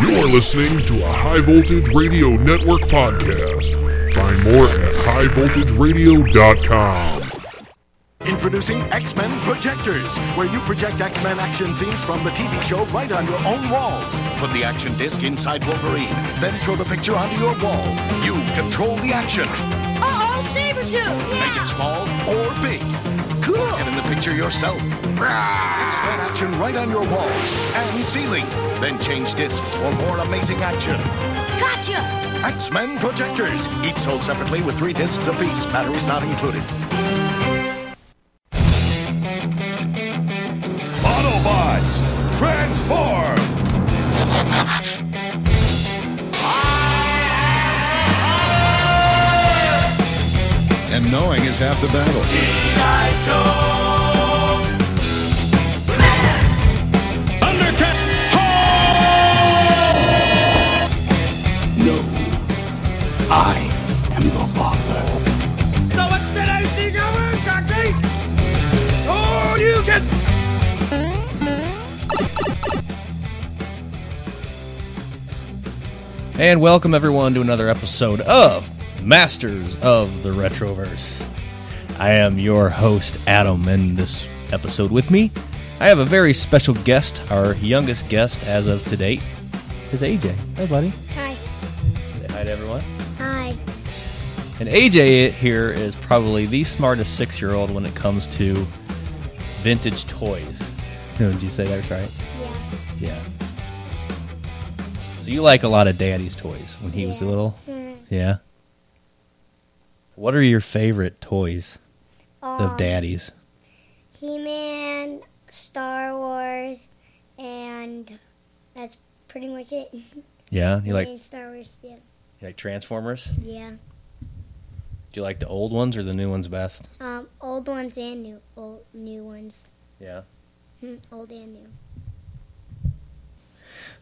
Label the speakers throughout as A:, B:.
A: You're listening to a High Voltage Radio Network podcast. Find more at highvoltageradio.com.
B: Introducing X Men Projectors, where you project X Men action scenes from the TV show right on your own walls. Put the action disc inside Wolverine, then throw the picture onto your wall. You control the action.
C: Uh-oh, Sabretooth!
B: Make it
C: Yeah!
B: small or big. Cool. Get in the picture yourself. X Men action right on your walls and ceiling. Then change discs for more amazing action.
C: Gotcha!
B: X Men Projectors, each sold separately with three discs apiece, batteries not included.
D: Autobots, transform!
E: And knowing is half the battle.
D: Undercut!
F: No. I am the father.
D: Oh, you can...
G: And welcome everyone to another episode of Masters of the Retroverse. I am your host, Adam, and this episode with me, I have a very special guest. Our youngest guest as of to date is AJ. Hey, buddy.
C: Hi.
G: Say hi to everyone.
C: Hi.
G: And AJ here is probably the smartest six year old when it comes to vintage toys. Did you say that's right? Yeah. So you like a lot of daddy's toys when he was little?
H: Mm-hmm.
G: Yeah. What are your favorite toys of
H: Um,
G: daddy's?
H: He-Man, Star Wars, and that's pretty much it.
G: Yeah, you like
H: And Star Wars? Yeah.
G: you like Transformers?
H: Yeah.
G: Do you like the old ones or the new ones best?
H: Um, old ones and new old new ones.
G: Yeah.
H: Hmm, old and new.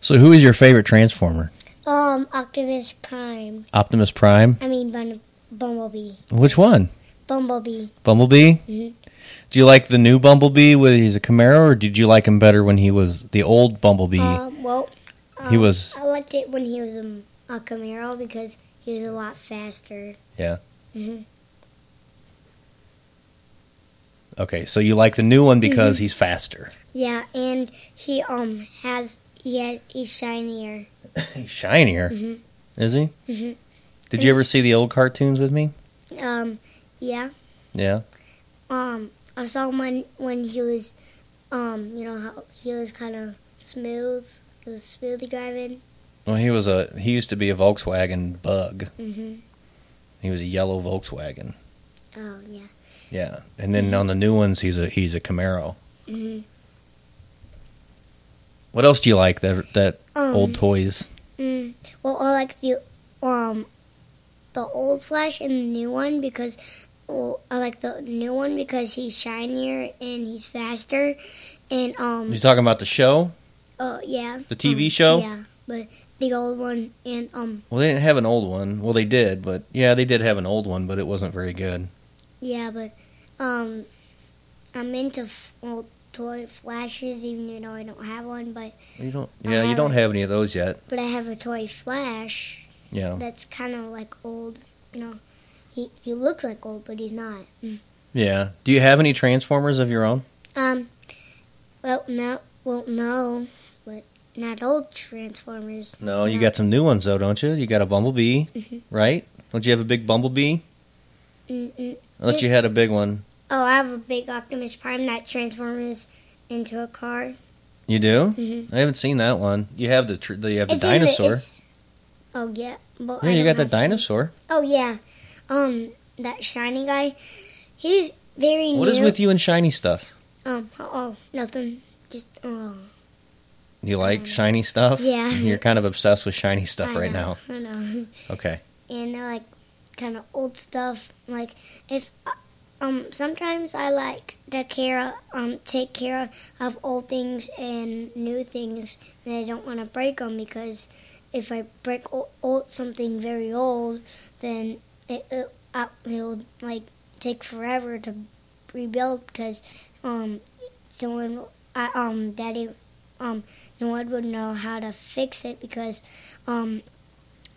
G: So who is your favorite Transformer?
H: Um, Optimus Prime.
G: Optimus Prime?
H: I mean, Bun- Bumblebee.
G: Which one?
H: Bumblebee.
G: Bumblebee?
H: Mhm.
G: Do you like the new Bumblebee when he's a Camaro or did you like him better when he was the old Bumblebee?
H: Um, well,
G: he
H: um,
G: was
H: I liked it when he was um, a Camaro because he was a lot faster.
G: Yeah.
H: Mhm.
G: Okay, so you like the new one because
H: Mhm.
G: he's faster.
H: Yeah, and he um has he has he's shinier.
G: He's shinier,
H: Mhm.
G: is he?
H: Mhm.
G: Did you ever see the old cartoons with me?
H: Um, yeah.
G: Yeah.
H: Um, I saw him when when he was, um, you know how he was kind of smooth. He was smoothly driving.
G: Well, he was a he used to be a Volkswagen Bug.
H: hmm
G: He was a yellow Volkswagen.
H: Oh yeah.
G: Yeah, and then on the new ones, he's a he's a Camaro.
H: hmm
G: What else do you like that that
H: Um,
G: old toys?
H: Mm. Well, I like the um, the old Flash and the new one because. Well, I like the new one because he's shinier and he's faster, and um,
G: You talking about the show?
H: oh yeah,
G: The TV
H: um,
G: show?
H: yeah, but the old one and um,
G: Well, they didn't have an old one. Well, they did, but yeah, they did have an old one, but it wasn't very good.
H: yeah, but um, I'm into f- old toy flashes even though I don't have one, but
G: You don't.
H: I
G: Yeah, you don't
H: haven't.
G: have any of those yet.
H: But I have a toy Flash
G: Yeah.
H: that's kind of like old. You know, he he looks like old, but he's not. Mm.
G: Yeah. Do you have any Transformers of your own?
H: Um, well, no, well, no, but not old Transformers.
G: No, you got some new ones though, don't you? You got a Bumblebee,
H: Mhm.
G: right? Don't you have a big Bumblebee?
H: Mm-mm.
G: I thought you
H: Yes.
G: had a big one.
H: Mm, Oh, I have a big Optimus Prime that transforms into a car.
G: You do?
H: Mhm.
G: I haven't seen that one. You have the tr- the you have the
H: It's in
G: dinosaur.
H: it's- oh yeah, but
G: yeah,
H: I
G: you got
H: don't
G: the
H: have-
G: dinosaur.
H: Oh yeah, um, that shiny guy. He's very
G: What
H: new.
G: is with you and shiny stuff?
H: Um. Oh, oh, nothing. Just oh.
G: You like shiny stuff?
H: Yeah.
G: You're kind of obsessed with shiny stuff
H: I
G: right
H: know,
G: now.
H: I know.
G: Okay.
H: and they're like kind of old stuff. Like if um sometimes I like to care um take care of old things and new things, and I don't want to break them because if I break o- old something very old, then it it, uh, it'll like take forever to rebuild because um someone I, um daddy um no one would know how to fix it because um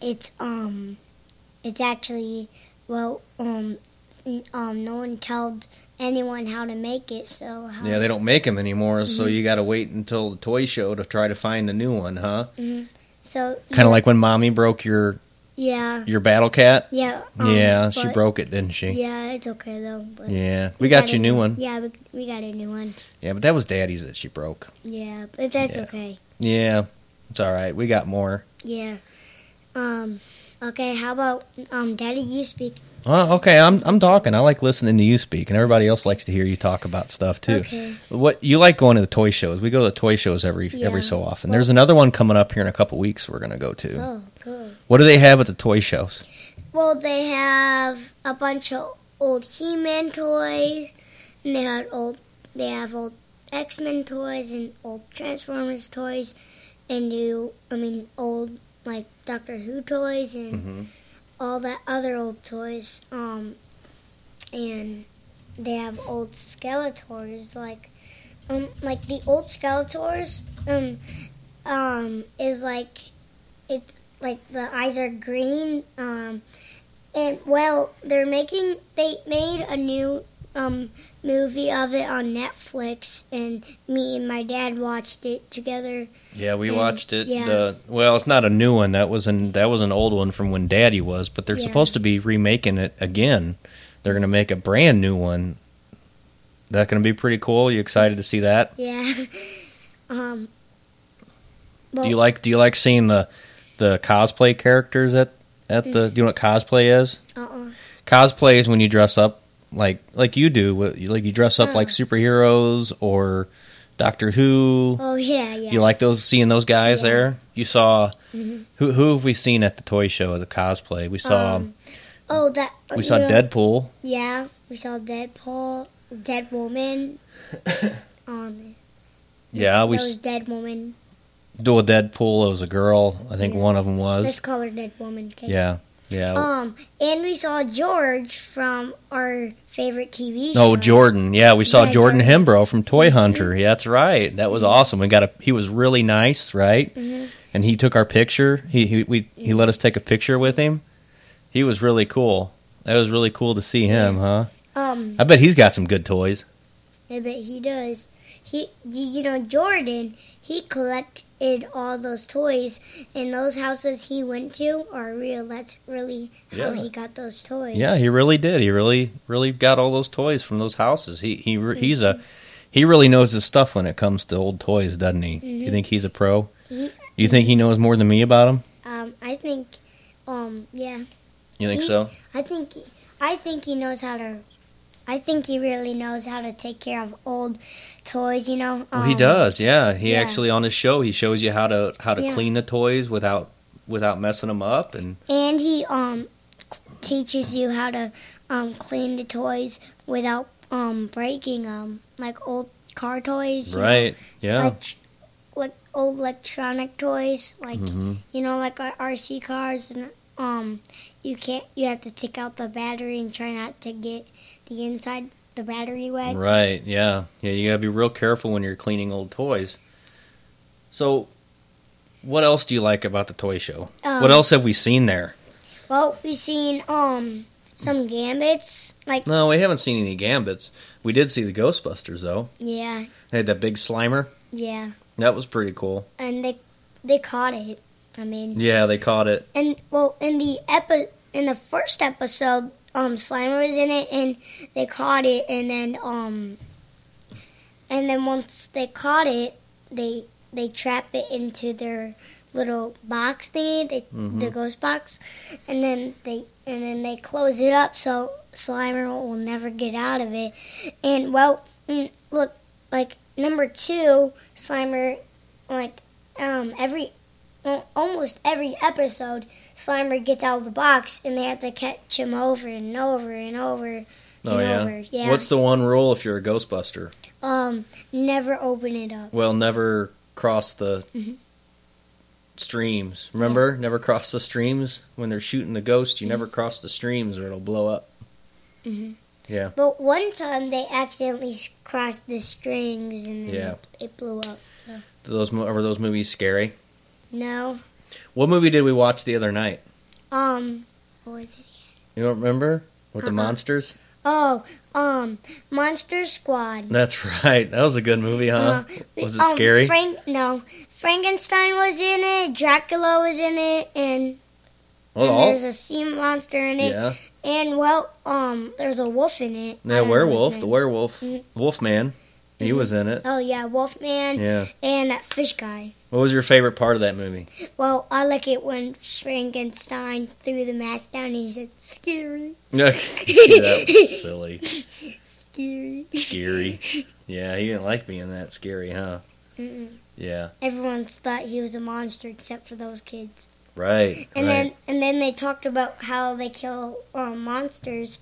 H: it's um it's actually well um n- um no one told anyone how to make it so how
G: Yeah, they don't make them anymore, so
H: Mhm.
G: you got to wait until the toy show to try to find the new one, huh?
H: Mhm. so
G: Kind of like when mommy broke your
H: yeah
G: your battle cat.
H: yeah um,
G: yeah, she
H: but-
G: broke it, didn't she?
H: yeah it's okay though but
G: Yeah. We got you
H: a
G: a new one.
H: yeah we, we got a new one
G: Yeah, but that was daddy's that she broke.
H: yeah but that's
G: Yeah.
H: okay
G: Yeah, it's all right. We got more.
H: yeah um okay how about um daddy you speak
G: Oh, okay, I'm I'm talking. I like listening to you speak, and everybody else likes to hear you talk about stuff too.
H: Okay.
G: What you like going to the toy shows? We go to the toy shows every every
H: Yeah.
G: so often. There's another one coming up here in a couple weeks. We're gonna go to.
H: oh cool
G: What do they have at the toy shows?
H: Well, they have a bunch of old He-Man toys, and they had old they have old X-Men toys and old Transformers toys, and new I mean old like Doctor Who toys and all that other old toys. Um, and they have old Skeletors like um like the old Skeletors um um is like it's like the eyes are green um and well they're making they made a new um movie of it on Netflix and me and my dad watched it together
G: Yeah, we
H: Mm,
G: watched it.
H: yeah.
G: The well, it's not a new one. That was an that was an old one from when Daddy was, but they're
H: Yeah.
G: supposed to be remaking it again. They're gonna make a brand new one. That gonna be pretty cool. You excited to see that?
H: yeah um well,
G: Do you like Do you like seeing the the cosplay characters at at the? Do you know what cosplay is?
H: uh-uh.
G: Cosplay is when you dress up like like you do, wh- you- like you dress up
H: Oh.
G: like superheroes or Doctor Who.
H: oh yeah yeah
G: You like those seeing those guys
H: Yeah.
G: there? You saw
H: Mhm.
G: who who have we seen at the toy show? The cosplay we saw
H: Um, oh that
G: we saw
H: you know-
G: Deadpool.
H: yeah we saw Deadpool Dead Woman um
G: Yeah, we
H: that was
G: s-
H: Dead Woman
G: do a Deadpool. It was a girl. I think
H: Yeah.
G: one of them was.
H: let's call her Dead Woman okay?
G: Yeah, yeah.
H: Um, and we saw George from our favorite TV show.
G: Oh, Jordan. Yeah, we saw
H: Yeah,
G: Jordan Hembro from Toy Hunter. Yeah, that's right. That was awesome. We got a he was really nice, right?
H: Mhm.
G: And he took our picture. He he we he let us take a picture with him. He was really cool. That was really cool to see him, huh?
H: Um,
G: I bet he's got some good toys.
H: I bet he does. He, you you know, Jordan. He collected all those toys, and those houses he went to are real. That's really how
G: Yeah.
H: he got those toys.
G: Yeah, he really did. He really really got all those toys from those houses. He he re- he's a he really knows his stuff when it comes to old toys, doesn't he? You
H: Mhm.
G: think he's a pro?
H: He-
G: You think he knows more than me about them?
H: um, I think, um, yeah.
G: You think
H: He-
G: so?
H: I think, I think he knows how to. I think he really knows how to take care of old toys. You know.
G: Well, Oh, he
H: Um,
G: does, yeah. He
H: yeah.
G: actually on his show he shows you how to how to
H: Yeah.
G: clean the toys without without messing them up, and
H: And he um teaches you how to um clean the toys without um breaking them, like old car toys. you know,
G: right, yeah,
H: Like like old electronic toys, like
G: Mhm.
H: you know, like our RC cars, and um you can't you have to take out the battery and try not to get the inside the battery wet.
G: right, yeah, yeah. You gotta be real careful when you're cleaning old toys. So, what else do you like about the toy show?
H: Um,
G: what else have we seen there?
H: Well, we've seen um some gambits, like
G: No, we haven't seen any gambits. We did see the Ghostbusters though.
H: yeah,
G: They had that big Slimer.
H: yeah,
G: That was pretty cool.
H: and they they caught it. I mean.
G: Yeah, they caught it.
H: And well, in the epi- in the first episode, um, Slimer was in it, and they caught it, and then um, and then once they caught it, they they trap it into their little box thingy, they, the
G: Mhm.
H: ghost box, and then they and then they close it up so Slimer will never get out of it. And well, mm, look, like number two, Slimer, like um, every well, almost every episode, Slimer gets out of the box, and they have to catch him over and over and over.
G: Oh
H: and
G: yeah?
H: Over. yeah.
G: What's the one rule if you're a Ghostbuster?
H: um? Never open it up.
G: Well, never cross the
H: Mhm.
G: streams. Remember, never cross the streams when they're shooting the ghost. You never cross the streams or it'll blow up.
H: hmm
G: Yeah.
H: But one time they accidentally s- crossed the strings, and then
G: Yeah.
H: it, it blew up. So.
G: Those mo- were those movies scary.
H: No.
G: What movie did we watch the other night?
H: Um. What was it?
G: You don't remember? With the
H: Uh-uh.
G: monsters?
H: Oh, um, Monster Squad.
G: That's right. That was a good movie, huh? was it
H: Um,
G: scary?
H: Frank, no, Frankenstein was in it. Dracula was in it, and,
G: Well,
H: and
G: all-
H: there's a sea monster in it.
G: Yeah.
H: And well, um, there's a wolf in it. I
G: Yeah,
H: don't know his
G: werewolf, the
H: name.
G: werewolf,
H: Mhm.
G: Wolfman. He was in it.
H: Oh yeah, Wolfman.
G: Yeah.
H: And that fish guy.
G: What was your favorite part of that movie?
H: Well, I like it when Frankenstein threw the mask down. and He said, "Scary,
G: that was silly,
H: scary."
G: scary. Yeah, he didn't like being that scary, huh?
H: Mm-mm.
G: Yeah,
H: Everyone thought he was a monster except for those kids.
G: right.
H: And
G: right.
H: then and then they talked about how they kill um, monsters.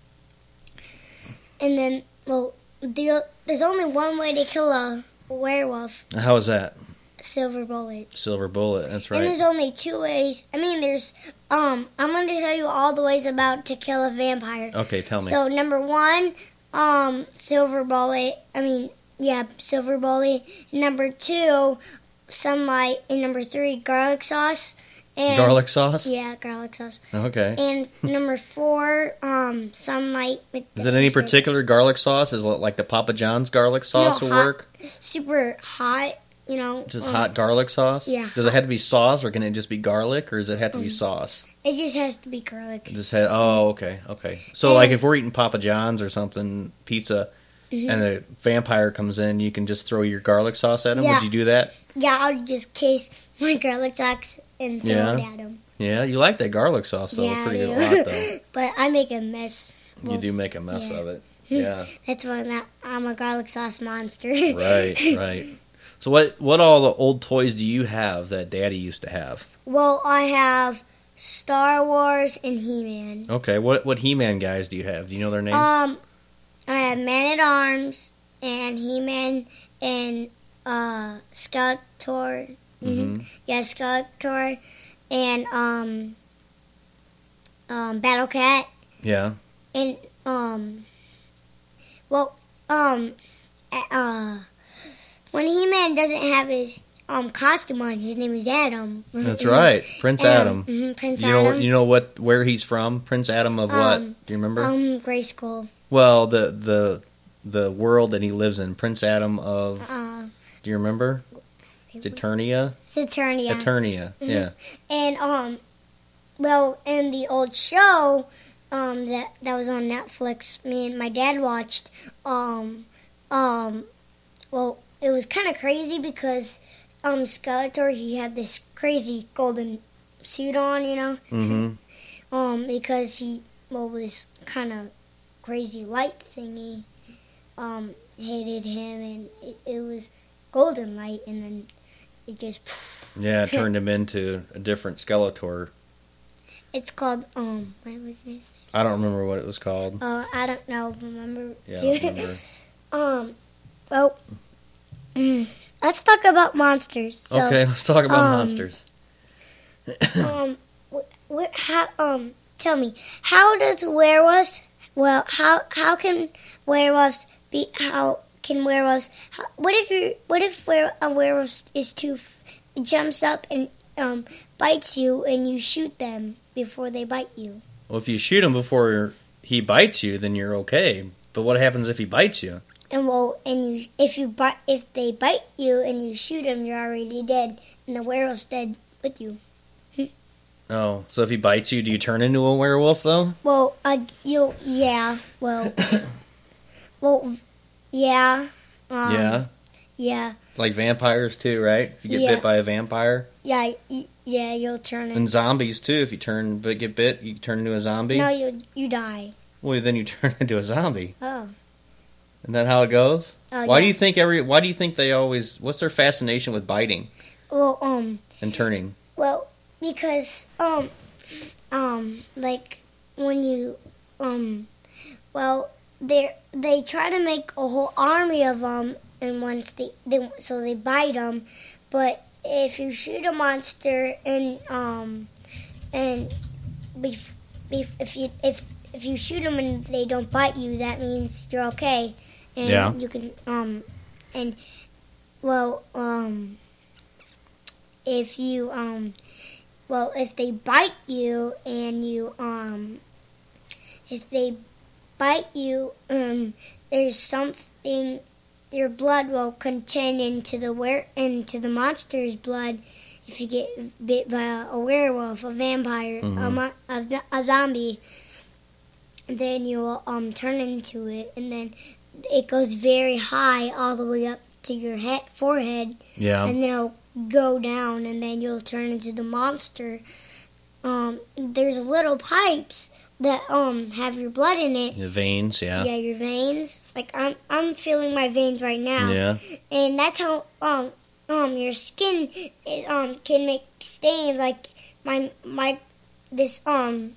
H: And then well, the, there's only one way to kill a werewolf:
G: how was that?
H: silver bullet.
G: Silver bullet. That's
H: And
G: right.
H: there's only two ways. I mean, there's um. I'm going to tell you all the ways about to kill a vampire.
G: Okay, tell me.
H: So number one, um, silver bullet. I mean, yeah, silver bullet. Number two, sunlight. And number three, garlic sauce. And
G: Garlic sauce?
H: Yeah, garlic sauce.
G: okay.
H: And number four, um, sunlight. With
G: Is it any particular garlic sauce? Is it like the Papa John's garlic sauce
H: No,
G: will
H: hot-
G: work?
H: Super hot, you know.
G: Just
H: um,
G: hot garlic sauce?
H: yeah,
G: Does it have to be sauce, or can it just be garlic, or does it have to be
H: Mhm.
G: sauce?
H: It just has to be garlic.
G: It just had. Oh, okay, okay. So
H: And-
G: like if we're eating Papa John's or something, pizza,
H: Mhm.
G: and a vampire comes in, you can just throw your garlic sauce at him.
H: Yeah.
G: Would you do that?
H: Yeah, I would just case my garlic socks and throw
G: Yeah.
H: it at him.
G: Yeah, you like that garlic sauce though
H: yeah,
G: pretty
H: I
G: good
H: do.
G: a lot though.
H: but I make a mess.
G: You do make a mess
H: yeah.
G: of it. Yeah.
H: That's why I'm, not- I'm a garlic sauce monster.
G: right, right. So what what all the old toys do you have that daddy used to have?
H: Well, I have Star Wars and He Man.
G: Okay, what what He Man guys do you have? Do you know their names?
H: Um, I have Man at Arms and He Man and uh Skeletor.
G: Mhm.
H: Yeah, Skeletor and um um Battle Cat
G: Yeah.
H: and um well um uh, uh when He Man doesn't have his um costume on, his name is Adam.
G: That's right. Prince
H: Um,
G: Adam.
H: mhm, Prince
G: you know
H: Adam.
G: you know what where he's from? Prince Adam of what?
H: Um,
G: Do you remember?
H: Um, grade school.
G: well, the the the world that he lives in, Prince Adam of
H: Uh,
G: Do you remember? Saturnia?
H: Saturnia.
G: Eternia.
H: Mhm.
G: Yeah.
H: And um, well, in the old show, um, that that was on Netflix, me and my dad watched. Um, um, well, it was kind of crazy because um, Skeletor he had this crazy golden suit on, you know,
G: Mhm.
H: um, because he well this kind of crazy light thingy, um, hated him, and it, it was golden light, and then it just.
G: Yeah, it turned him into a different Skeletor.
H: It's called um. What was this?
G: I don't remember what it was called.
H: Uh, I don't know. Remember?
G: Yeah, I don't remember.
H: um. Well, mm, let's talk about monsters. So,
G: okay, let's talk about
H: um,
G: monsters.
H: um. Wh- wh- how, um. Tell me, how does werewolves? Well, how how can werewolves be? How can werewolves? How, what if you? What if where a werewolf is too f- jumps up and um bites you and you shoot them before they bite you?
G: Well, if you shoot him before he bites you, then you're okay. But what happens if he bites you?
H: And well, and you if you bite if they bite you and you shoot them, you're already dead, and the werewolf's dead with you.
G: Oh, so if he bites you, do you turn into a werewolf though?
H: Well, uh, you yeah. Well, well, yeah. Um,
G: yeah,
H: Yeah.
G: like vampires too, right? If you get
H: yeah.
G: bit by a vampire,
H: Yeah. y- Yeah. You'll turn.
G: and zombies too. If you turn but get bit, you turn into a zombie.
H: No, you you die.
G: Well, then you turn into a zombie.
H: Oh.
G: Isn't that how it goes?
H: Oh,
G: why do you
H: yeah.
G: think every? Why do you think they always? What's their fascination with biting?
H: Well, um,
G: and turning.
H: well, because um, um, like when you um, well, they they try to make a whole army of them, and once they, they so they bite them, but if you shoot a monster and um, and bef- bef- if you if if you shoot them and they don't bite you, that means you're okay, and
D: Yeah.
H: you can um, and well um, if you um, well if they bite you and you um, if they bite you, um, there's something. Your blood will contain into the were into the monster's blood if you get bit by a werewolf, a vampire, a,
I: Mhm.
H: mon- a, zo- a zombie. Then you'll um turn into it, and then it goes very high, all the way up to your head, forehead.
G: Yeah.
H: And then it'll go down, and then you'll turn into the monster. Um, there's little pipes that um have your blood in it.
G: The veins, yeah.
H: Yeah, your veins. Like I'm, I'm feeling my veins right now.
G: Yeah.
H: And that's how um um your skin it, um can make stains like my my this um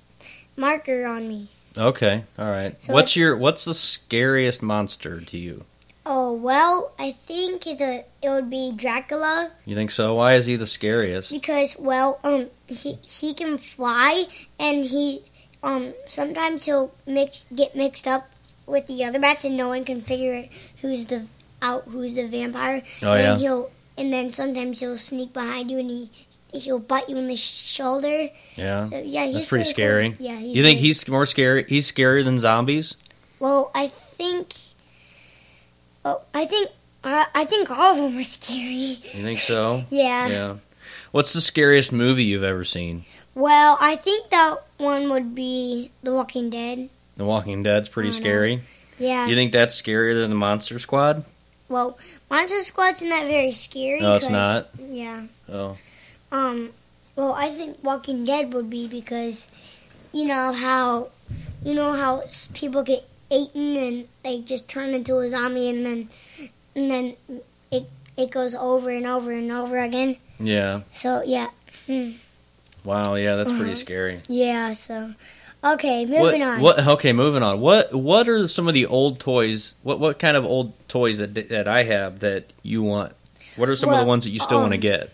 H: marker on me.
G: Okay. All right.
H: So
G: what's
H: if-
G: your what's the scariest monster to you?
H: Oh well, I think it's a it would be Dracula
G: You think so? Why is he the scariest?
H: because well um he he can fly and he um sometimes he'll mix get mixed up with the other bats and no one can figure it who's the out who's the vampire.
G: Oh,
H: and then
G: yeah.
H: he'll and then sometimes he'll sneak behind you and he he'll bite you in the shoulder.
G: Yeah.
H: So, yeah, he's
G: That's pretty
H: really
G: scary.
H: cool. Yeah, he's
G: you think
H: really-
G: he's more scary? He's scarier than zombies?
H: Well, I think. Oh, I think I I think all of them are scary.
G: You think so?
H: Yeah.
G: Yeah. What's the scariest movie you've ever seen?
H: Well, I think that one would be The Walking Dead.
G: The Walking Dead's pretty
H: I know.
G: scary.
H: Oh, Yeah.
G: You think that's scarier than the Monster Squad?
H: Well, Monster Squad's not very scary.
G: No, it's
H: 'cause-
G: not.
H: Yeah.
G: Oh.
H: Um. Well, I think Walking Dead would be because, you know how, you know how s- people get eaten and they just turn into a zombie and then, and then it it goes over and over and over again.
G: Yeah.
H: So yeah. Hmm.
G: Wow. Yeah, that's pretty
H: Uh-huh.
G: scary.
H: Yeah. So, okay,
G: What-
H: moving on.
G: What? Okay, moving on. What? What are some of the old toys? What? What kind of old toys that that I have that you want? What are some of
H: Well,
G: the ones that you still want to
H: um,
G: get?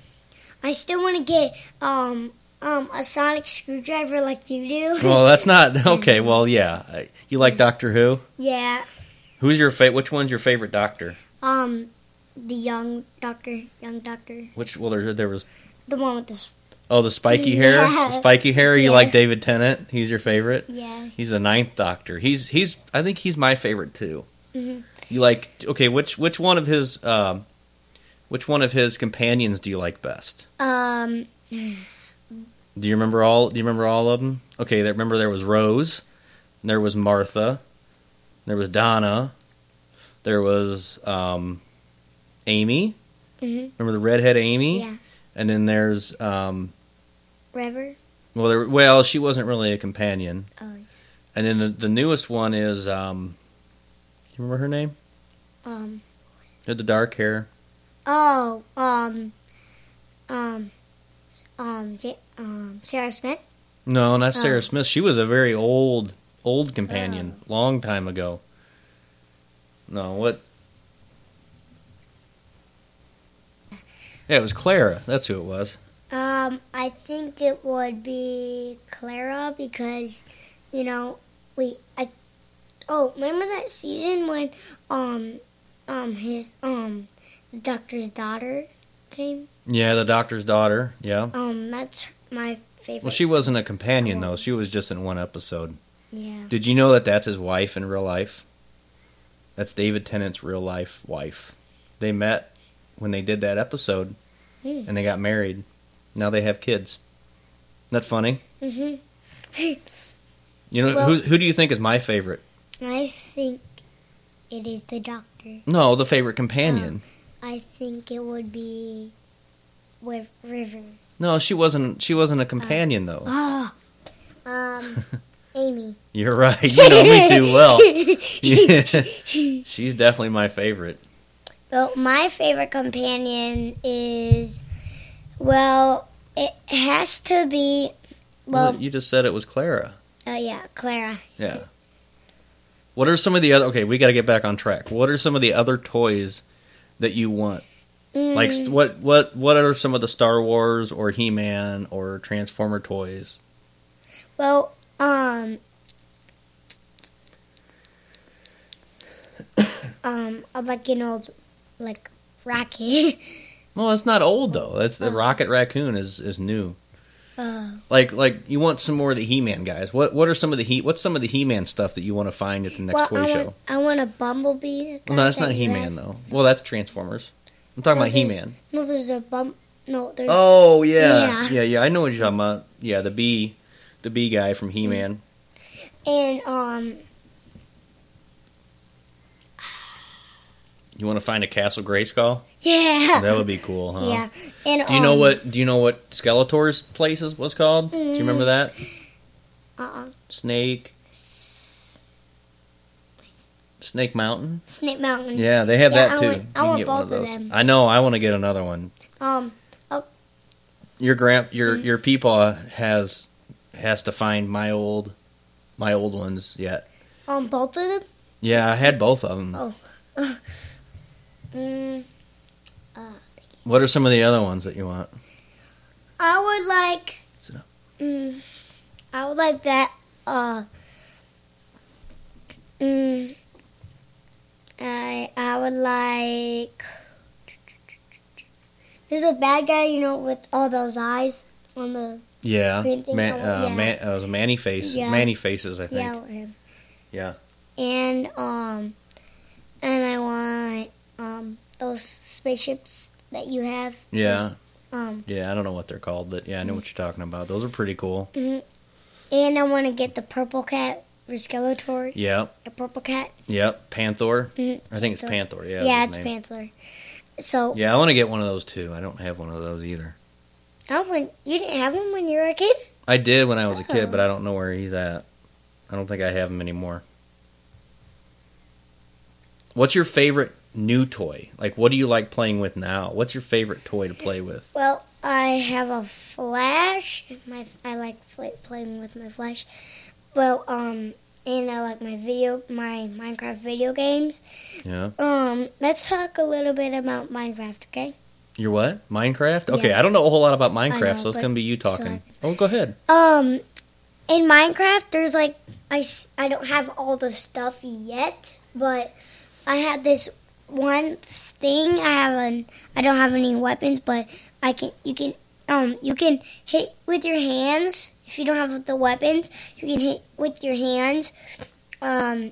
H: I still want to get um um a sonic screwdriver like you do.
G: Well, that's not okay. Well, yeah, I- you like Doctor Who.
H: yeah.
G: Who's your favorite? Which one's your favorite Doctor?
H: Um, the young doctor, young doctor,
G: Which? Well, there, there was.
H: the one with the s-
G: Oh, the spiky hair.
H: Yeah.
G: The spiky hair. You
H: Yeah.
G: like David Tennant? He's your favorite.
H: Yeah.
G: He's the ninth Doctor. He's he's. I think he's my favorite too.
H: mhm.
G: You like okay? Which which one of his um, which one of his companions do you like best?
H: um
G: Do you remember all? Do you remember all of them? Okay, there, remember there was Rose, and there was Martha, there was Donna, there was um, Amy.
H: mhm.
G: Remember the redhead Amy?
H: Yeah.
G: And then there's um,
H: River.
G: well, there, well, she wasn't really a companion.
H: Oh,
G: And then the, the newest one is um, you remember her name?
H: um
G: Had the dark hair.
H: oh um um s- um Ja- um Sarah Smith.
G: No, not Sarah
H: Oh.
G: Smith. She was a very old, old companion, long time ago. No, what? Yeah, it was Clara. That's who it was.
H: Um, I think it would be Clara because you know we I oh remember that season when um um his um the doctor's daughter came.
G: Yeah, the doctor's daughter. Yeah.
H: Um, that's my favorite.
G: Well, she wasn't a companion though. She was just in one episode.
H: Yeah.
G: Did you know that that's his wife in real life? That's David Tennant's real life wife. They met when they did that episode,
H: Hmm.
G: and they got married. Now they have kids. Isn't that funny?
H: Mhm.
G: You know
H: Well-
G: who? Who do you think is my favorite?
H: I think it is the doctor.
G: No, the favorite companion.
H: I think it would be with River.
G: No, she wasn't. She
H: Uh.
G: wasn't a companion though.
H: Ah, um, Amy.
G: You're right. You know me too well. She's definitely my favorite.
H: Well, my favorite companion is Well, it has to be. Well,
G: you just said it was Clara.
H: uh, yeah, Clara.
G: Yeah. What are some of the other? Okay, we got to get back on track. What are some of the other toys that you want? Like
H: Mm.
G: Like what? What? What are some of the Star Wars or He Man or Transformer toys?
H: Well, um, um, I'd like an old, like, rocket.
G: Well, that's not old though. That's
H: Oh.
G: the Rocket Raccoon is is new.
H: uh,
G: Like like you want some more of the He Man guys. What what are some of the He? What's some of the He Man stuff that you want to find at the next
H: well,
G: toy
H: I
G: show?
H: want, I want a bumblebee.
G: Well, no, that's
H: that
G: not
H: you
G: He
H: have.
G: Man though. Well, that's Transformers. I'm talking
H: No,
G: about He
H: there's-
G: Man.
H: No, there's a bum. No, there's.
G: Oh yeah. yeah,
H: Yeah.
G: yeah, I know what you're talking about. Yeah, the bee, the bee guy from He Man.
H: And um,
G: You want to find a Castle Grayskull?
H: yeah.
G: That would be cool, huh?
H: Yeah. And
G: Do you know
H: um,
G: what? Do you know what Skeletor's place is, was called? Do you
H: Mm.
G: remember that
H: Uh,
G: snake? Snake Mountain.
H: Snake Mountain.
G: Yeah, they have
H: Mm. Yeah,
G: that
H: I
G: too.
H: want-
G: you
H: I
G: can
H: want
G: get one of
H: both of
G: those.
H: them.
G: I know. I want to get another one.
H: Um.
G: Your grand, your your peepaw has has to find my old my old ones yet.
H: Um. Both of them.
G: Yeah, I had both of them.
H: Oh. mm,
G: What are some of the other ones that you want?
H: I would like. Mm, I would like that. Uh. Mm, I I would like. There's a bad guy, you know, with all those eyes on the.
G: Yeah,
H: Green thing,
G: man,
H: I
G: uh,
H: want- yeah.
G: man, uh, it was Manny face,
H: Yeah.
G: Manny faces, I think.
H: Yeah, I
G: Yeah,
H: want him. and um and I want um those spaceships that you have.
G: yeah,
H: Um
G: yeah. I don't know what they're called, but yeah, I know what you're talking about. Those are pretty cool.
H: mhm. and I want to get the purple cat for Skeletor.
G: Yep,
H: A purple cat.
G: yep. Panther.
H: Mhm.
G: I think it's
H: Panther.
G: Panther. Yeah,
H: Yeah,
G: is his
H: it's
G: name.
H: Panther. So
G: Yeah, I want to get one of those too. I don't have one of those either.
H: I don't want you didn't have one when you were a kid.
G: I did when I was a
H: Oh.
G: kid, but I don't know where he's at. I don't think I have him anymore. What's your favorite new toy? Like, what do you like playing with now? What's your favorite toy to play with?
H: Well, I have a Flash. My I like fl- playing with my Flash. Well, um, and I like my video, my Minecraft video games.
G: Yeah.
H: Um, let's talk a little bit about Minecraft, okay?
G: Your what? Minecraft? Okay,
H: Yeah.
G: I don't know a whole lot about
H: I
G: Minecraft,
H: know,
G: so it's
H: but-
G: gonna be you
H: so
G: talking. oh, go ahead.
H: Um, in Minecraft, there's like I s- I don't have all the stuff yet, but I have this one thing. I have an I don't have any weapons, but I can you can um you can hit with your hands if you don't have the weapons. You can hit with your hands, um,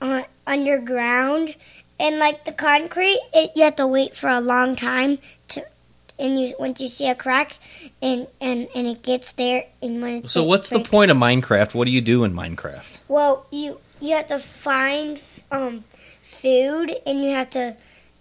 H: on, underground. And like the concrete, it, you have to wait for a long time to, and you once you see a crack, and and and it gets there, and when it
G: So,
H: it
G: what's the
H: breaks-
G: point of Minecraft? What do you do in Minecraft?
H: Well, you you have to find um food, and you have to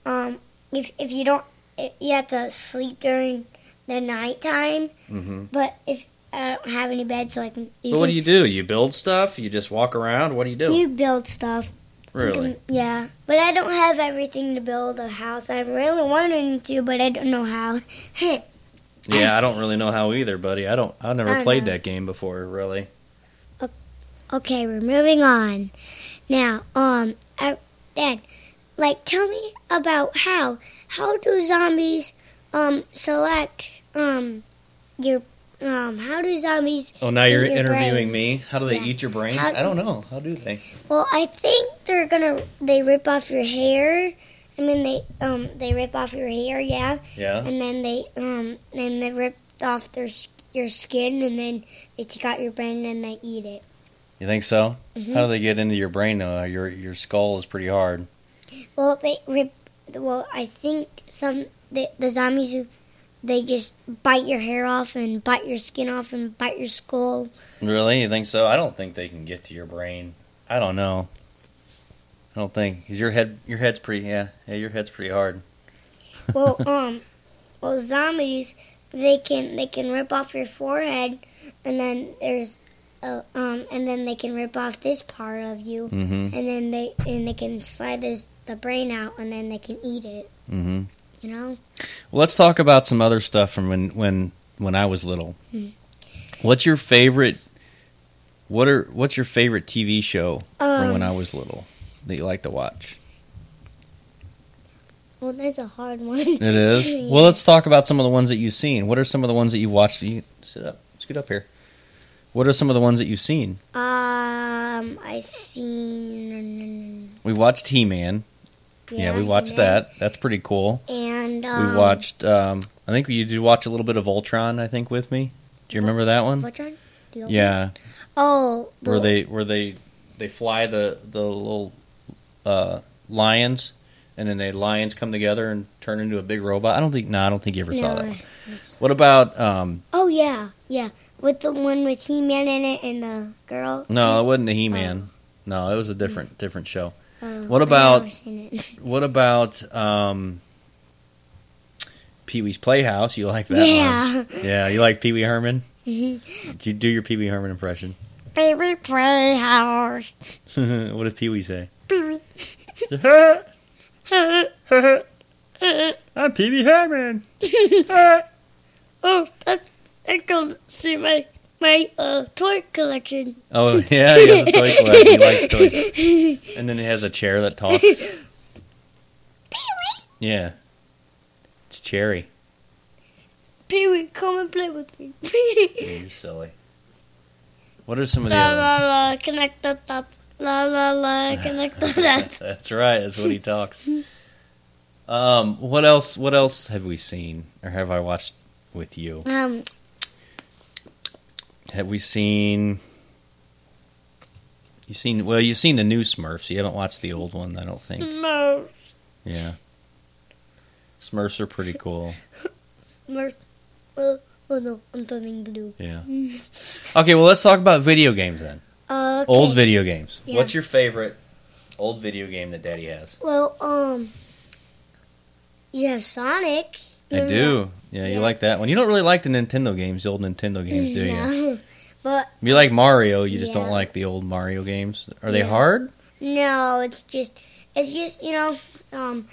H: um if if you don't, if you have to sleep during the nighttime.
G: Mm-hmm.
H: But if I don't have any bed, so I can. You
G: But what
H: can-
G: do you do? You build stuff? You just walk around? What do you do?
H: You build stuff.
G: really?
H: Um, Yeah, but I don't have everything to build a house. I'm really wanting to, but I don't know how.
G: Yeah, I don't really know how either, buddy. I don't. I never
H: I
G: played
H: know.
G: that game before, really.
H: okay, we're moving on. Now, um, I, Dad, like, tell me about how how do zombies um select um your um how do zombies?
G: Oh, now you're
H: eat your
G: interviewing
H: brains?
G: me. How do they
H: Yeah.
G: eat your brains?
H: How-
G: I don't know. How do they?
H: Well, I think they're gonna they rip off your hair. I mean, they um they rip off your hair, yeah.
G: Yeah.
H: And then they um then they ripped off their s- your skin, and then they take out your brain and they eat it.
G: You think so?
H: Mhm.
G: How do they get into your brain though? Uh, Your your skull is pretty hard.
H: Well, they rip. Well, I think some the, the zombies who they just bite your hair off and bite your skin off and bite your skull.
G: Really? You think so? I don't think they can get to your brain. I don't know. I don't think. 'Cause your head your head's pretty yeah. Yeah, your head's pretty hard.
H: Well, um, well, zombies they can they can rip off your forehead, and then there's. Uh, um, and then they can rip off this part of you,
G: Mhm.
H: and then they and they can slide this, the brain out, and then they can eat it.
G: Mm-hmm.
H: you know?
G: Well, let's talk about some other stuff from when when when I was little.
H: Mhm.
G: What's your favorite? What are what's your favorite TV show from when
H: Um,
G: I was little that you like to watch?
H: Well, that's a hard one.
G: It is. Well, let's talk about some of the ones that you've seen. What are some of the ones that you've watched? You sit up, scoot up here. What are some of the ones that you've seen?
H: Um, I seen.
G: We watched He Man. Yeah, we watched
H: He-Man.
G: that. That's pretty cool.
H: And um,
G: we watched. Um, I think you did watch a little bit of Ultron. I think with me. Do you remember that one?
H: Voltron? The old one?
G: Yeah,
H: Oh, the-
G: where they where they they fly the the little uh, lions, and then the lions come together and turn into a big robot. I don't think. No, I don't think you ever saw
H: No,
G: that
H: I-
G: one. What about? Um,
H: Oh yeah, yeah, with the one with He-Man in it and the girl.
G: no, it wasn't the He Man. No, it was a different different show.
H: Oh,
G: what
H: I've
G: about?
H: never seen it.
G: What about? Um, Pee Wee's Playhouse, you like that one?
H: Yeah.
G: Yeah, you like Pee Wee Herman.
H: Mhm.
G: Do you do your Pee Wee Herman impression?
H: Baby playhouse.
G: what did Pee Wee say?
H: Baby.
G: I'm Pee Wee Herman.
H: oh, that's I go see my my uh toy collection.
G: Oh yeah, he has a toy collection. He likes toys. And then he has a chair that talks. Yeah, it's Cherry.
H: Pee Wee, come and play with me.
G: Yeah, you're silly. What are some of the
H: la
G: other?
H: la la, connect the dots. La la la, connect the dots.
G: That's right. That's what he talks. Um, what else? What else have we seen, or have I watched with you?
H: Um,
G: Have we seen? You seen? Well, you've seen the new Smurfs. You haven't watched the old one, I don't think.
H: Smurf,
G: Yeah. Smurfs are pretty cool.
H: Smurf. Oh, oh no, I'm turning blue.
G: Yeah. Okay, well, let's talk about video games then.
H: Okay.
G: Old video games.
H: Yeah.
G: What's your favorite old video game that Daddy has?
H: Well, um, you have Sonic.
G: I do. Yeah, you like that one. You don't really like the Nintendo games, the old Nintendo games, do you?
H: No, but
G: You like Mario, you just don't
H: Yeah.
G: like the old Mario games. Are they
H: Yeah.
G: hard?
H: no, it's just it's just you know um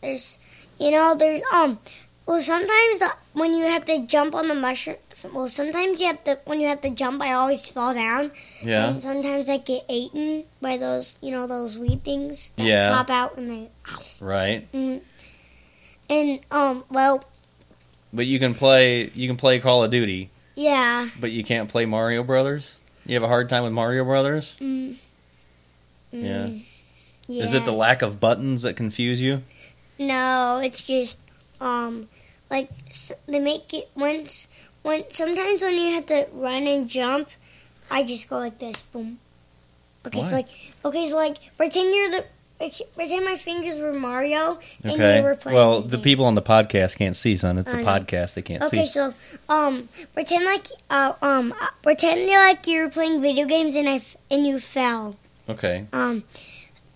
H: there's you know there's um well sometimes the when you have to jump on the mushroom well sometimes you have to when you have to jump I always fall down
G: Yeah.
H: and sometimes I get eaten by those you know those weed things that
G: Yeah.
H: pop out and they
G: Right.
H: mm. and um well
G: But you can play you can play Call of Duty,
H: yeah
G: but you can't play Mario Brothers? You have a hard time with Mario Brothers?
H: mm,
G: Yeah.
H: yeah
G: Is it the lack of buttons that confuse you?
H: No, it's just um like s- they make it once when sometimes when you have to run and jump, I just go like this, boom. Okay,
G: Why?
H: so like okay, so like pretend you're the pretend my fingers were Mario and
G: Okay.
H: you were playing.
G: Well, the people on the podcast can't see, son. It's a
H: I know.
G: podcast; they can't
H: Okay,
G: see.
H: so um, pretend like uh, um, uh, pretend you're like you're playing video games and I f- and you fell.
G: Okay.
H: Um,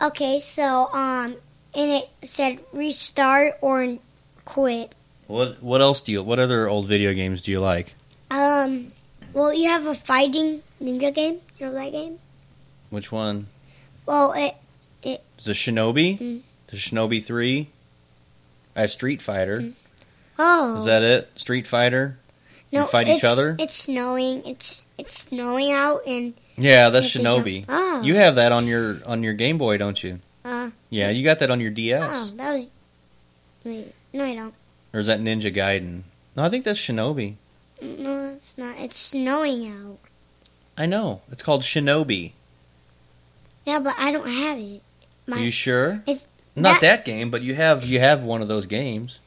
H: okay, so um, and it said restart or quit.
G: What What else do you? What other old video games do you like?
H: Um, well, you have a fighting ninja game. You know that game?
G: Which one?
H: Well, it
G: Is it Shinobi?
H: Mm.
G: The Shinobi Three. I have Street Fighter.
H: oh
G: Is that it? Street Fighter. you fight each
H: it's-
G: other?
H: It's snowing. It's it's snowing out and
G: Yeah, that's
H: You have to
G: Shinobi.
H: jump- Oh.
G: You have that on your on your Game Boy, don't you?
H: uh
G: Yeah, you got that on your DS,
H: oh that was wait no I don't
G: or is that Ninja Gaiden? No, I think that's Shinobi.
H: no it's not it's snowing out
G: I know it's called Shinobi.
H: yeah but I don't have it my
G: Are you sure?
H: It's-
G: Not that
H: that-
G: game, but you have you have one of those games.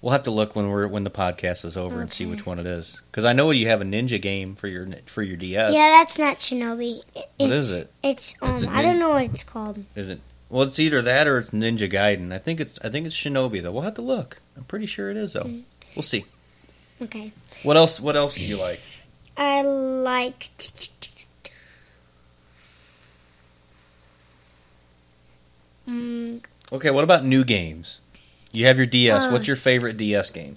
G: We'll have to look when we're when the podcast is over and see which one it is, because I know you have a ninja game for your for your DS.
H: yeah that's not Shinobi it,
G: What is it?
H: it's um
G: It's a
H: I
G: nin-
H: don't know what it's called
G: Is it? Well, it's either that or it's Ninja Gaiden. I think it's I think it's Shinobi though. We'll have to look. I'm pretty sure it is though.
H: Mm.
G: We'll see.
H: okay
G: What else? What else do you like?
H: I like mm,
G: Okay, what about new games? You have your DS.
H: Uh.
G: What's your favorite DS game?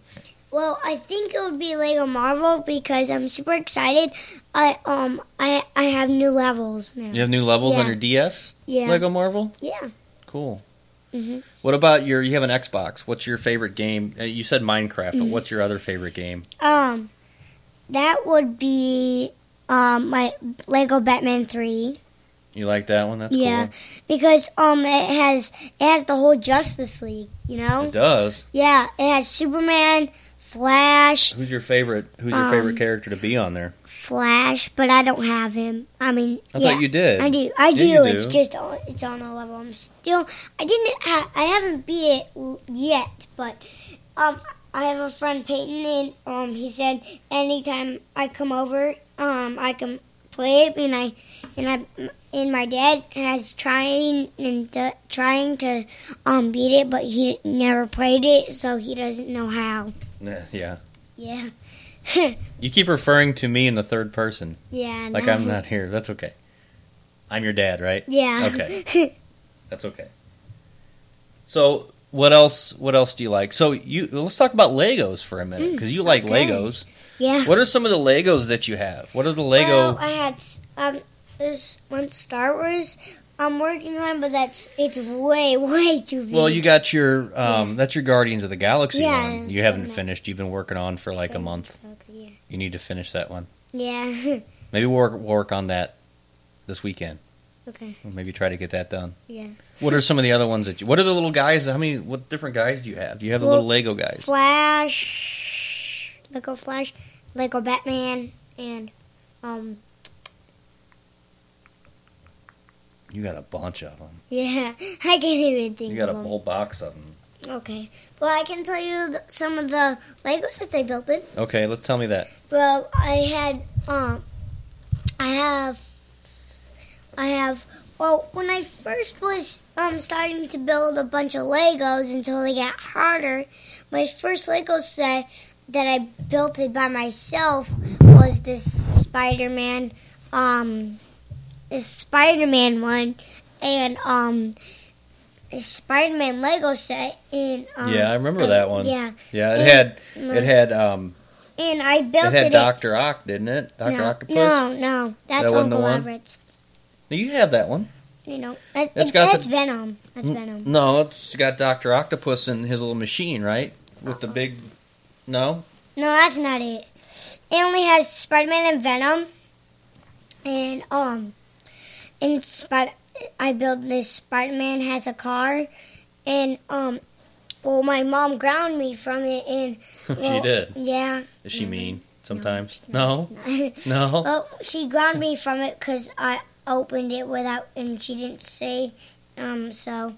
H: Well, I think it would be Lego Marvel because I'm super excited. I um I I have new levels now.
G: You have new levels on
H: Yeah.
G: your DS.
H: Yeah.
G: Lego Marvel.
H: Yeah.
G: Cool.
H: Mhm.
G: What about your? You have an Xbox. What's your favorite game? Uh, You said Minecraft, but
H: Mhm.
G: what's your other favorite game?
H: Um, that would be um my Lego Batman three.
G: You like that one? That's
H: yeah, because um it has it has the whole Justice League. You know.
G: cool. It does.
H: Yeah, it has Superman, Flash,
G: Who's your favorite? Who's your favorite
H: Um,
G: character to be on there?
H: Flash, but I don't have him. I mean,
G: I
H: yeah,
G: thought you did.
H: I do. I
G: Yeah,
H: do.
G: you
H: It's
G: do.
H: just on, it's on a level. I'm still. I didn't. Ha- I haven't beat it l- yet, but um, I have a friend Peyton, and um, he said anytime I come over, um, I can play it, and I and I and my dad has trying and d trying to um beat it, but he never played it, so he doesn't know how.
G: Nah, Yeah.
H: Yeah.
G: You keep referring to me in the third person.
H: Yeah,
G: Like
H: no.
G: I'm not here. That's okay. I'm your dad, right?
H: Yeah.
G: Okay. That's okay. So what else? What else do you like? So you let's talk about Legos for a minute
H: Mm,
G: because you like
H: okay.
G: Legos.
H: yeah.
G: What are some of the Legos that you have? What are the Lego?
H: Well, I had um, there's one Star Wars I'm working on, but that's it's way way too big.
G: Well, you got your um, that's your Guardians of the Galaxy
H: Yeah,
G: one. You
H: that's
G: haven't
H: what I-
G: finished. You've been working on for like a month.
H: Okay,
G: You need to finish that one.
H: yeah. Yeah.
G: Maybe we'll work, we'll work on that this weekend.
H: okay.
G: Maybe try to get that done.
H: Yeah.
G: What are some of the other ones that you? What are the little guys? How many? What different guys do you have? Do you have the
H: Well,
G: little Lego guys?
H: Flash, Lego Flash, Lego Batman, and um
G: You got a bunch of them.
H: yeah, I can't even think.
G: You got a
H: of 'em.
G: whole box of them.
H: Okay, well I can tell you th- some of the Legos that I built it.
G: Okay, let's tell me that.
H: Well, I had um, I have, I have. Well, when I first was um starting to build a bunch of Legos until they got harder, my first Lego set that I built it by myself was this Spider-Man, um, this Spider-Man one, and um. a Spider-Man Lego set and um,
G: yeah, I remember that one.
H: Yeah,
G: yeah. It
H: And
G: had
H: my-
G: it had um
H: and I
G: it
H: built it.
G: had
H: in-
G: Doctor Ock, didn't it? Doctor
H: no,
G: Octopus.
H: No, no, that's
G: That wasn't the
H: Uncle
G: one?
H: Everett's.
G: You have that one.
H: You know, that,
G: That's
H: it-
G: got the- Hmm.
H: that's Venom. That's
G: N-
H: Venom.
G: No, it's got Doctor Octopus and his little machine, right? With
H: Uh-huh.
G: the big. No,
H: No, that's not it. It only has Spider-Man and Venom, and um, and Spider. I built this Spider-Man has a car, and um, well, my mom ground me from it, and
G: she
H: well,
G: did.
H: Yeah.
G: Is she mean sometimes? No, no.
H: Well, Oh, she grounded me from it because I opened it without, and she didn't say. Um, so,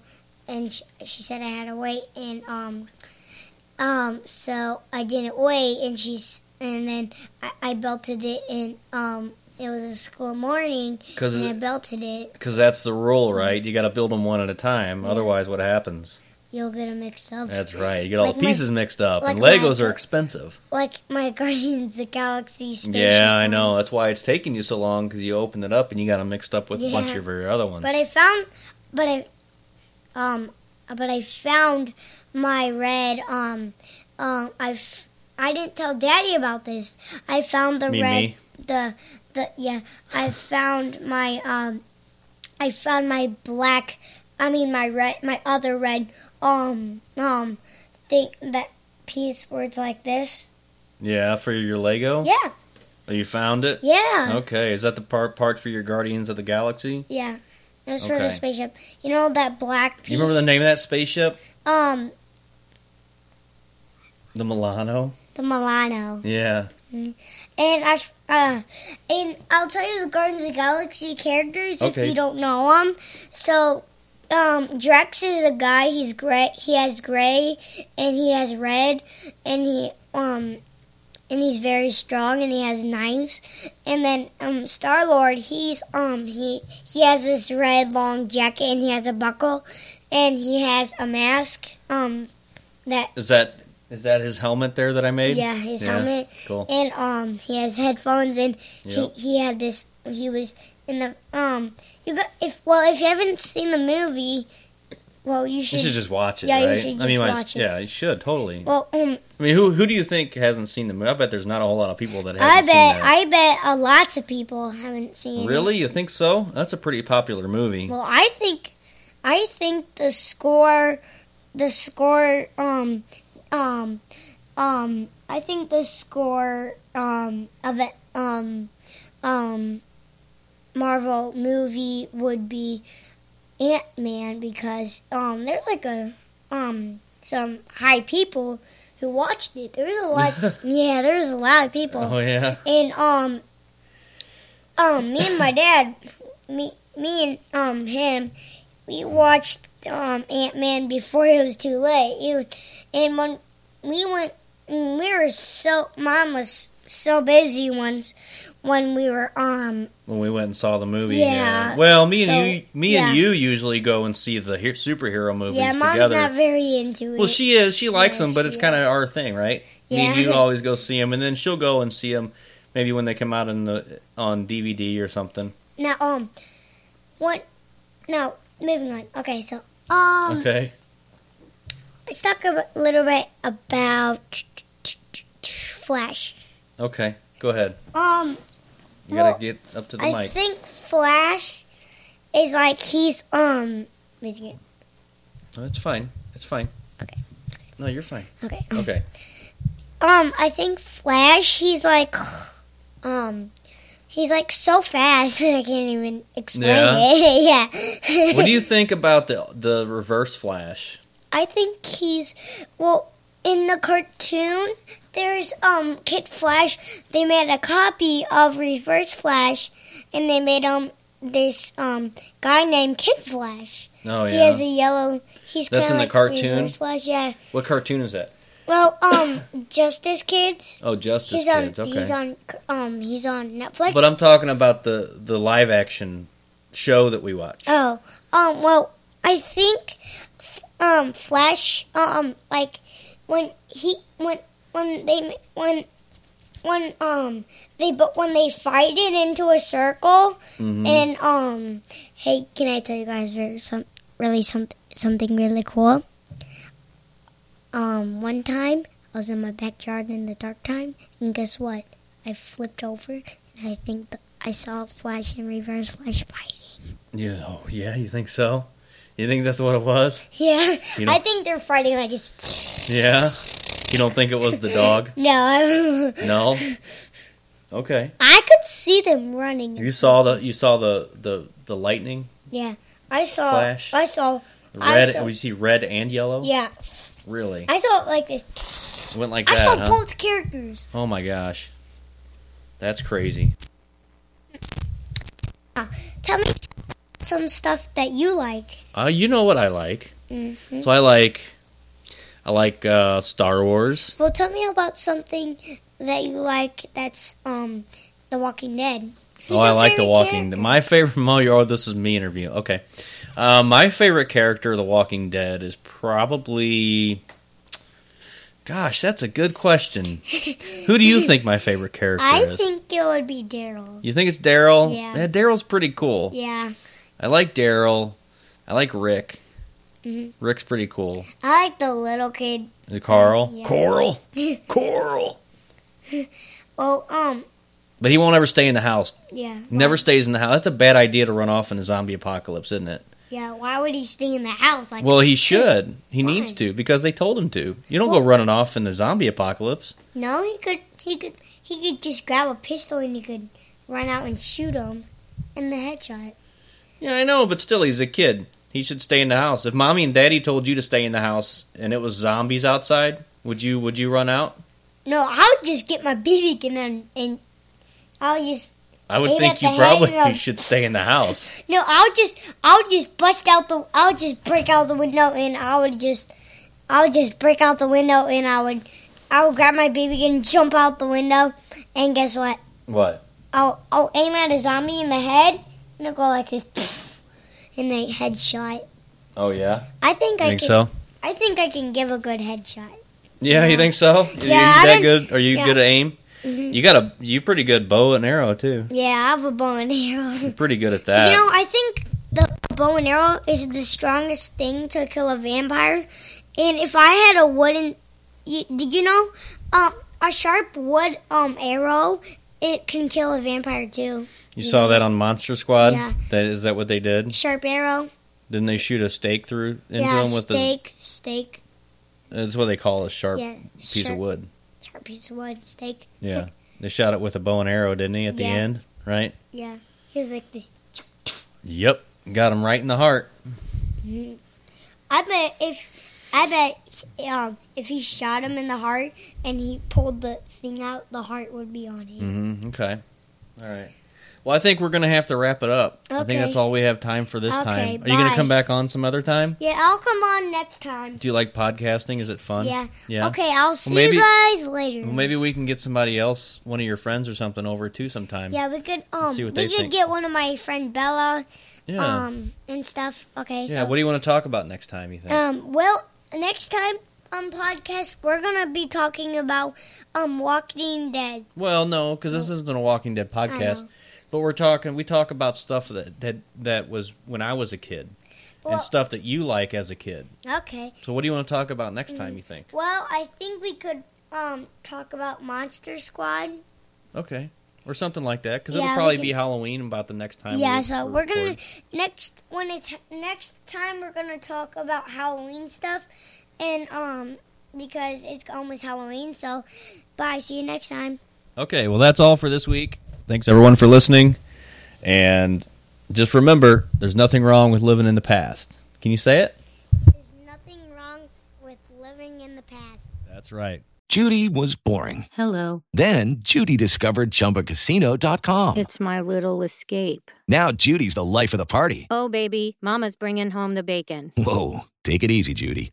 H: and she, she said I had to wait, and um, um, so I didn't wait, and she's, and then I, I belted it, and um, it was a school morning,
G: 'Cause
H: and
G: it-
H: I belted it.
G: Because that's the rule, right? You got to build them one at a time. Otherwise, what happens?
H: You'll get them mixed up.
G: That's right. You get all
H: Like
G: the
H: my-
G: pieces mixed up, and
H: like my-
G: Legos are expensive.
H: Like my Guardians of the Galaxy spaceship.
G: Yeah, I know. That's why it's taking you so long because you opened it up and you got them mixed up with a bunch
H: Yeah.
G: of your other ones.
H: But I found, but I, um, but I found my red. Um, um, I, f- I didn't tell Daddy about this. I found the
G: Me,
H: red.
G: me.
H: The the yeah. I found my um, I found my black. I mean my red. My other red. Um um thing that piece where it's like this.
G: Yeah, for your Lego.
H: Yeah.
G: Oh, You found it.
H: Yeah.
G: Okay, is that the part part for your Guardians of the Galaxy?
H: Yeah. It was for the
G: Okay.
H: spaceship. You know that black piece.
G: You remember the name of that spaceship?
H: Um,
G: The Milano.
H: the Milano.
G: Yeah.
H: And I, uh, and I'll tell you the Guardians of the Galaxy characters
G: Okay.
H: if you don't know them. So, um, Drex is a guy. He's gray. He has gray, and he has red, and he um, and he's very strong, and he has knives. And then um, Star Lord. He's um, he he has this red long jacket, and he has a buckle, and he has a mask. Um, that
G: Is that is that his helmet there that I made?
H: yeah, his helmet.
G: Cool.
H: And um, he has headphones, and
G: Yep.
H: he, he had this. He was in the um. You got if well if you haven't seen the movie, well you
G: You
H: should.
G: should just watch it,
H: Yeah, you
G: right?
H: should
G: I mean,
H: just
G: my-
H: watch it.
G: yeah, you should totally.
H: well, um,
G: I mean, who who do you think hasn't seen the movie? I bet there's not a whole lot of people that haven't
H: I
G: seen that.
H: bet I bet a lots of people haven't seen. it.
G: really, you think so? That's a pretty popular movie.
H: Well, I think I think the score, the score, um, um, um, I think the score, um, of it, um, um, Marvel movie would be Ant Man because um, there's like a um some high people who watched it. There was a lot. yeah, there was a lot of people.
G: Oh, yeah.
H: And um, um, me and my dad, me, me and um him, we watched um Ant Man before it was too late. It, and when we went, we were so mom was so busy once when we were um
G: when we went and saw the movie.
H: Yeah.
G: Well, me and
H: So,
G: you, me
H: yeah.
G: and you usually go and see the he- superhero movies
H: yeah, mom's
G: together.
H: not very into it.
G: well, she is. She likes
H: Yeah,
G: them, but
H: she
G: it's kind of our thing, right? Me and
H: Yeah.
G: you always go see them, and then she'll go and see them maybe when they come out in the on DVD or something.
H: Now, um, what? Now, moving on. Okay, so um,
G: okay.
H: let's talk a bit- little bit about Flash.
G: Okay. Go ahead.
H: Um,
G: You
H: Well,
G: gotta get up to the
H: I
G: mic.
H: think Flash is like he's um. wait a second.
G: No, Oh, it's fine. It's fine. Okay. No, you're fine.
H: Okay.
G: Okay.
H: Um, I think Flash. He's like, um, he's like so fast. I can't even explain it. yeah.
G: what do you think about the the Reverse Flash?
H: I think he's well in the cartoon. There's um Kid Flash. They made a copy of Reverse Flash, and they made um this um guy named Kid Flash.
G: Oh
H: He
G: yeah.
H: has a yellow. He's
G: That's
H: kinda
G: in the
H: like
G: cartoon?
H: Reverse Flash, yeah.
G: what cartoon is that?
H: Well, um, Justice Kids.
G: Oh, Justice
H: he's on.
G: Kids. Okay.
H: He's on. Um, he's on Netflix.
G: But I'm talking about the the live action show that we watch.
H: Oh, um, well, I think, f- um, Flash, um, like when he when when they when when um they but when they fight it into a circle
D: Mhm.
H: and um hey can I tell you guys very some really some something really cool um one time I was in my backyard in the dark time and guess what I flipped over and I think the, I saw Flash and Reverse Flash fight.
G: Yeah. Oh, yeah. You think so? You think that's what it was?
H: Yeah,
G: You
H: I
G: don't-
H: think they're fighting like it's.
G: Yeah. You don't think it was the dog?
H: No, I,
G: No. Okay.
H: I could see them running.
G: You saw the you saw the the the lightning
H: Yeah, I saw.
G: Flash.
H: I saw. I
G: red.
H: saw
G: We see red and yellow.
H: yeah,
G: Really.
H: I saw it like this.
G: It went like
H: I
G: that.
H: saw
G: huh?
H: both characters.
G: Oh my gosh. That's crazy.
H: Tell me some stuff that you like.
G: Uh, you know what I like.
H: Mhm.
G: So I like I like uh, Star Wars.
H: Well, tell me about something that you like. That's um, The Walking Dead.
G: oh, I like The Walking. Dead. My favorite. Oh, you're- oh, this is me interview. Okay, uh, my favorite character of The Walking Dead is probably. Gosh, that's a good question. Who do you think my favorite character
H: I
G: is?
H: think it would be Daryl.
G: you think it's Daryl?
H: Yeah.
G: Daryl's pretty cool.
H: Yeah.
G: I like Daryl. I like Rick.
H: Mhm.
G: Rick's pretty cool.
H: I like the little kid
G: Is it Carl?
H: Uh, Yeah.
G: Coral. Coral.
H: well, um,
G: But he won't ever stay in the house.
H: yeah.
G: Never stays in the house. That's a bad idea to run off in a zombie apocalypse, isn't it?
H: Yeah, why would he stay in the house? Like,
G: Well, he should. He needs
H: Why?
G: to because they told him to. You don't
H: Well-
G: go running off in the zombie apocalypse.
H: no, he could, he could, he could just grab a pistol and he could run out and shoot him in the headshot.
G: Yeah, I know, but still, he's a kid. He should stay in the house. If mommy and daddy told you to stay in the house and it was zombies outside, would you would you run out?
H: No, I would just get my BB gun and, and I'll just
G: I would
H: Aim
G: think
H: at
G: you
H: the
G: probably
H: head of-
G: should stay in the house.
H: no, I'll just I'll just bust out the I'll just break out the window and I would just I'll just break out the window and I would I would grab my BB gun, jump out the window, and guess what?
G: What?
H: I'll I'll aim at a zombie in the head and it'll go like this, and a headshot.
G: Oh yeah.
H: I think I
G: Think
H: can,
G: so?
H: I think I can give a good headshot.
G: Yeah, you think so? Are you
H: Yeah,
G: that
H: I don't-
G: good? Are you
H: yeah.
G: good at aim?
H: Mhm.
G: You got a you pretty good bow and arrow too.
H: Yeah, I have a bow and arrow.
G: You're pretty good at
H: But
G: that.
H: Mm. you know, I think the bow and arrow is the strongest thing to kill a vampire. And if I had a wooden, you, did you know, um, a sharp wood um arrow it can kill a vampire too.
G: you saw that on Monster Squad.
H: Yeah.
G: That is that what they did?
H: Sharp arrow.
G: Didn't they shoot a stake through into
H: yeah,
G: him with
H: steak, steak,
G: the? That's what they call a sharp
H: Yeah,
G: piece
H: sharp-
G: of wood.
H: sharp piece of wood, steak.
G: Yeah, they shot it with a bow and arrow, didn't he? At the
H: Yeah.
G: end, right?
H: Yeah, he was like this.
G: Yep, got him right in the heart.
H: Mhm. I bet if I bet um, if he shot him in the heart and he pulled the thing out, the heart would be on him.
G: hmm Okay, all right. Well, I think we're gonna have to wrap it up. I
H: Okay.
G: think that's all we have time for this
H: Okay,
G: time. Are you gonna
H: bye.
G: come back on some other time?
H: Yeah, I'll come on next time.
G: Do you like podcasting? Is it fun?
H: Yeah.
G: Yeah.
H: Okay, I'll
G: Well,
H: see
G: maybe-
H: you guys later.
G: Well, maybe we can get somebody else, one of your friends or something, over too sometime.
H: yeah, we could um
G: see
H: we
G: what
H: could
G: they think.
H: get one of my friend Bella
G: Yeah.
H: um and stuff. Okay,
G: yeah.
H: so
G: What do you want to talk about next time? You think?
H: Um, well, next time on podcast, we're gonna be talking about um Walking Dead.
G: Well, no, because this isn't a Walking Dead podcast.
H: mm. know.
G: But we're talking. We talk about stuff that that that was when I was a kid,
H: Well-
G: and stuff that you like as a kid.
H: Okay.
G: So, what do you want to talk about next time? You think?
H: Well, I think we could um talk about Monster Squad.
G: Okay, or something like that, because
H: Yeah,
G: it'll
H: we
G: probably
H: can-
G: be Halloween about the next time.
H: yeah,
G: we-
H: so
G: we
H: we're gonna
G: record.
H: next when it's next time we're gonna talk about Halloween stuff, and um because it's almost Halloween. So, bye. See you next time.
G: Okay, well, that's all for this week. Thanks everyone for listening, and just remember, there's nothing wrong with living in the past. Can you say it?
H: Nothing wrong with living in the past.
G: That's right.
D: Judy was boring.
I: Hello.
D: Then Judy discovered ChumbaCasino.com.
I: It's my little escape.
D: Now Judy's the life of the party.
I: Oh, baby, Mama's bringing home the bacon.
D: Whoa, take it easy, Judy.